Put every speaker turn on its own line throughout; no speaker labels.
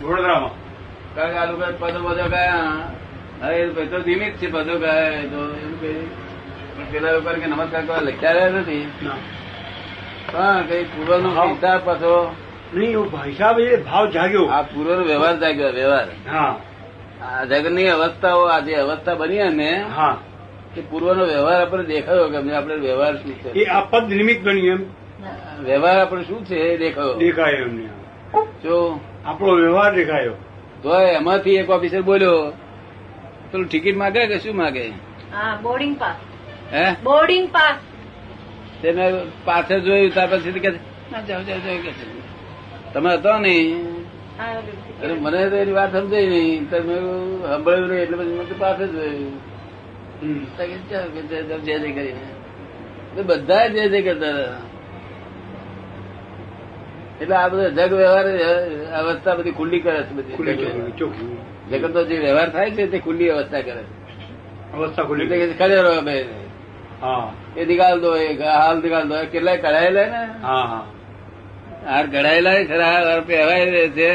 વડોદરામાં
કારણ કે આ લોકો પદો બધો ગયા હવે એ બધો નિમિત્ત છે પદો ગયા એ તો એમ કે પણ પેલા લોકો કે નમસ્કાર કરવા લખ્યા રહ્યા નથી
ના.
પણ કઈ પૂર્વ નો હિસાબ પાછો
નહીં એવું હિસાબ એ ભાવ જાગ્યો
આ પૂર્વ નો વ્યવહાર જાગ્યો વ્યવહાર
હા
આ જગતની અવસ્થાઓ આ જે અવસ્થા બની ને
હા
એ પૂર્વ નો વ્યવહાર આપણને દેખાયો કે અમને આપણે વ્યવહાર શું છે
એ આ પદ નિમિત્ત બની એમ
વ્યવહાર આપણે શું છે એ દેખાયો
દેખાયો એમને
જો
આપણો વ્યવહાર દેખાયો
તો એમાંથી એક ઓફિસર બોલ્યો પેલું ટિકિટ માગે કે શું માગે
હા બોર્ડિંગ પાસ
હે
બોર્ડિંગ પાસ
તેને પાછળ જોયું ત્યાર પછી કે "ના, જાઓ, જાઓ, જાઓ," કે છે. તમે હતો નહીં અરે મને તો એની વાત સમજાઈ નહીં તમે સાંભળ્યું નહીં એટલે પછી મેં તો પાછળ જોયું
હમ.
તો કે "જાઓ, કે જાઓ, જાઓ, જે જે કરીને તો બધા જે જે કરતા હતા. એટલે આ બધો જગ વ્યવહાર અ- અવસ્થા બધી ખુલ્લી કરે છે
ખુલ્લી
બધી
ચોખ્ખી, ચોખ્ખી.
જગત નો જે વ્યવહાર થાય છે તે ખુલ્લી અવસ્થા કરે
અવસ્થા
છે
ખુલ્લી
એટલે કે ખરેરો બે
હા
એ નિકાલ દો એ હાલ નિકાલ દો કેટલાય કઢાયેલા ને
હા હા
હાર ઘડાયેલા ખરા હાર પહેરાય રહે છે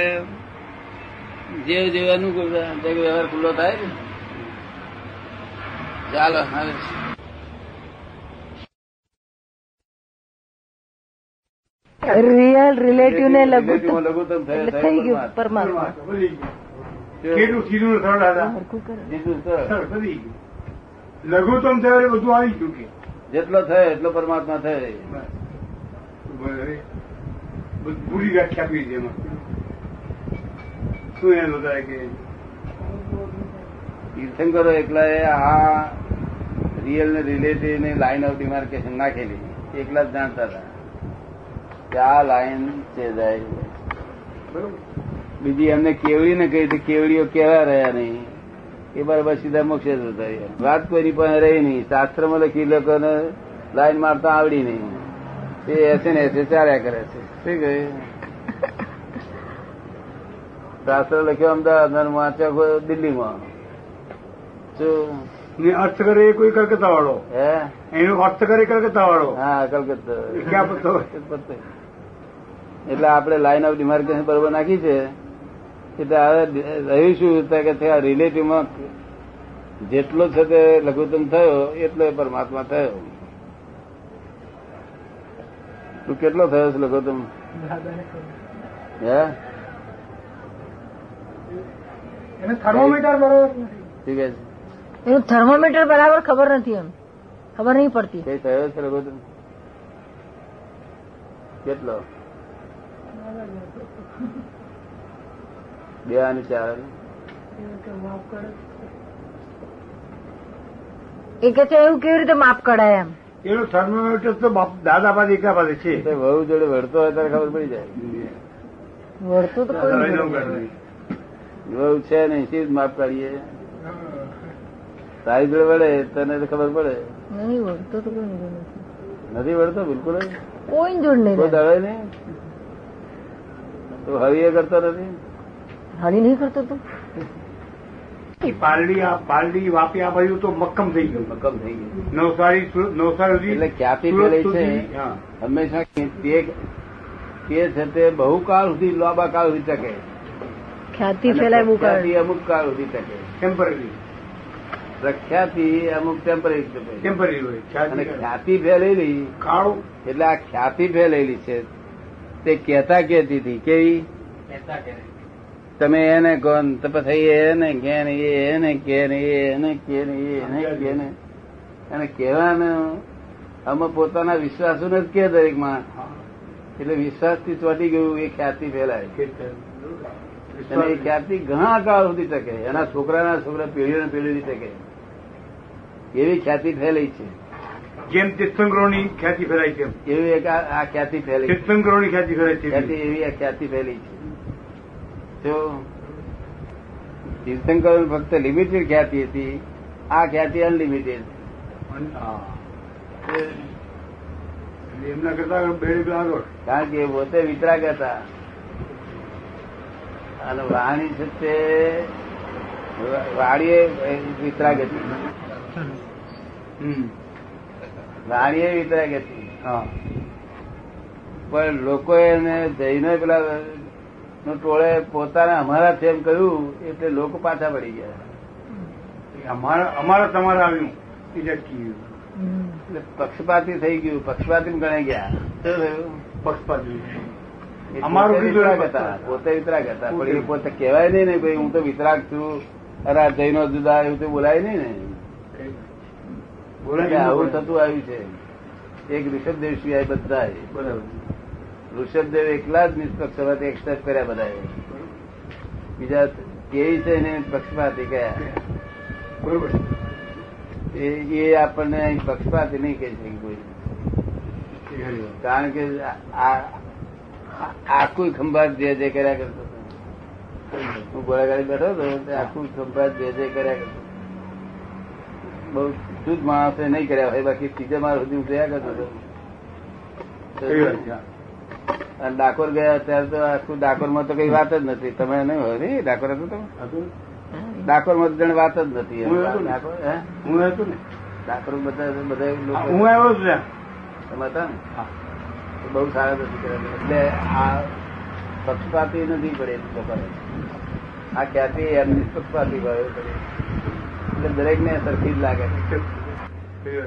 જે જેવું અનુકૂળ થાય. જે વ્યવહાર ખુલ્લો થાય ને ચાલો હવે
રિયલ રિલેટિવ ને લઘુત્તમ
માં લઘુત્તમ થયો,
એટલે
થયો
થઈ ગયું
પરમાર્થ.
પરમાત્મા
કેટલું કીધું સરળ હતા
સરખું કરો
બીજું તો
સરળ પતી ગયું. લઘુત્તમ થયો એટલે બધું આવી ગયું કે
જેટલો થયો એટલો પરમાત્મા થયો
બસ. બસ હવે બધી પૂરી વ્યાખ્યા આપી છે એમાં શું એનો થાય કે
તીર્થંકરો એકલા એ આ રિયલ ને રિલેટિવ ને લાઈન ઓફ ડિમાર્કેશન નાખેલી એકલા જ જાણતા હતા કે આ લાઈન છે જાય
બરોબર
બીજી એમને કેવડી ને કહી તો કેવડીઓ કેવા રહ્યા નહીં એ બરાબર સીધા મોક્ષે જતા રહ્યા વાત કોઈની પણ રહી નહીં શાસ્ત્રમાં લખી લોકોને લાઈન મારતા આવડી નહીં એ એસે ને એસે ચાલ્યા કરે છે શું કહ્યું શાસ્ત્ર લખ્યો અમદાવાદ વાંચ્યો કોઈ દિલ્હીમાં શું
ને અર્થ કરે એ કોઈ કલકત્તા વાળો
હે
એનો અર્થ કરે કલકત્તા વાળો
હા કલકત્તા
ક્યાં પતો
એટલે આપણે લાઈન ઓફ ડિમાર્કેશન બરોબર નાખી છે એટલે હવે રહ્યું શું તો કે આ રિલેટિવમાં જેટલો છે તે લઘુત્તમ થયો એટલો એ પરમાત્મા થયો તું કેટલો થયો છે લઘુત્તમ હે
એને
thermometer
બરોબર
શું કહે છે
એનું થર્મોમીટર બરાબર ખબર નથી એમ ખબર નહીં પડતી
કઈ થયો છે લઘુત્તમ કેટલો બે અને ચાર
એ કે છે એવું કેવી રીતે માપ કઢાય એમ
એનો થર્મોમીટર તો બાપ- દાદા પાસે એકલા પાસે છે
તે વહુ જોડે વળતો હોય ત્યારે ખબર પડી જાય
વળતું તો કોઈ
દાદાભાઈ
નહીં.
નો કાઢે.
વહુ છે નહીં શી જ માફ કાઢીએ તારી જોડે વળે તને તો ખબર પડે
નહીં વળતું તો કોઈ નથી
નથી વળતો બિલકુલ જ.
કોઈ જોડ નહીં
કોઈ
રહે.
દળે નહીં તું હરિએ કરતો નથી
હળી નહીં કરતો તું
એ પાલડી આ પાલડી વાપી આ બાજુ તો મક્કમ થઈ ગયું
મક્કમ થઈ ગયું
નવસારી સુરત- નવસારી સુધી
એટલે ખ્યાતિ
સુરત
ફેલાઈ
સુધી,
છે.
હા.
હંમેશા કે તે તે છે તે બહુ કાળ સુધી લાંબા કાળ સુધી ટકે
ખ્યાતિ
અને
ફેલાય બહુ કરે
પ્રખ્યાતિ અમુક કાળ સુધી ટકે
ટેમ્પરરી
પ્રખ્યાતિ અમુક ટેમ્પરરી ટકે
ટેમ્પરરી હોય
અને ખ્યાતિ
ખ્યાતિ
ફેલેલી
કાળો
એટલે આ ખ્યાતિ ફેલેલી છે તે કહેતા કહેતી હતી કેવી તમે એને કોણ તો પછી એને કે ને એ એને કે ને એ એને કે ને એ એને કે ને અને કહેવાનું અમે પોતાના વિશ્વાસોને જ કે દરેક માં એટલે વિશ્વાસથી ચોટી ગયું એ ખ્યાતિ ફેલાય અને એ ખ્યાતિ ઘણા કાળ સુધી ટકે એના છોકરાના છોકરા પેઢીઓ ને પેઢી ટકે એવી ખ્યાતિ ફેલાઈ છે
જેમ તીર્થંકરોની ખ્યાતિ ફેલાય છે
એવી એક આ આ ખ્યાતિ ફેલાઈ છે
તીર્થંકરોની ખ્યાતિ ફેલાય
ખ્યાતિ
છે
એવી આ ખ્યાતિ ફેલી છે જો તીર્થંકર ફક્ત લિમિટેડ ખ્યાતિ હતી આ ખ્યાતિ અનલિમિટેડ
અને- હા. એટલે એમના કરતા બે ડગલા આગળ
કારણ કે એ પોતે વિતરાગ હતા અને વાણી છે તે વાણીએ વિતરાગ હતી
હમ.
વાણીએ વિતરાગ હતી
હા
પણ લોકો એને જઈને પેલા નું ટોળે પોતાને અમારા છે એમ કહ્યું એટલે લોકો પાછા પડી ગયા
એ અમારા અમારા તમારા આવ્યું એ જટકી
હમ.
એટલે પક્ષપાતી થઈ ગયું પક્ષપાતી ગણાઈ ગયા શું થયું
પક્ષપાતી
એ
અમારું
પોતે
બીજું
વિતરાગ
એ
હતા.
પક્ષપાતી.
પોતે વિતરાગ હતા
પોતે.
પણ એ પોતે કહેવાય નહીં ને ભાઈ હું તો વિતરાગ છું અરે આ જૈનો જુદા એવું તો બોલાય નહીં ને કે આવું થતું આવ્યું છે એક ઋષભદેવ સિવાય બધા
બરાબર
ઋષભદેવ એકલા જ નિષ્પક્ષ હતા તે એક્સેપ્ટ કર્યા બધા બીજા કેવી છે એને પક્ષપાતી કયા
બરોબર
એ એ આપણને અહીં પક્ષપાતી નહીં કહી શકે કોઈ
એ હરી વાત.
કારણ કે આ- આ આખું ખંભાત જે જે કર્યા કરતો હતો. હું ગોળાગાડી બેઠો હતો તે આખું ખંભાત જે જે કર્યા કરતો હતો. બહુ શુદ્ધ માણસે નહીં કર્યા હોય બાકી ત્રીજા માર સુધી હું જોયા કરતો હતો
એ વાત છે.
અને ડાકોર ગયા ત્યારે તો આખું ડાકોરમાં તો કઈ વાત જ નથી તમે નહીં હોય ને ડાકોર હતો તમે
હતું?
ડાકોર માં જણ વાત જ નથી
હું હતો ને.
ડાકોર હે?
હું હતો ને
ડાકોર બધા બધા
હા,
લોકો
હું આવ્યો છું ત્યાં.
તમે હતા ને
હા.
એ બહુ સારા નથી કર્યા એટલે આ પક્ષપાતી નથી પડે લોકોને આ ક્યાંથી એમ નિષ્પક્ષપાતી ભાવે પડે એટલે દરેકને સરખી જ લાગે છે
એ વાત છે.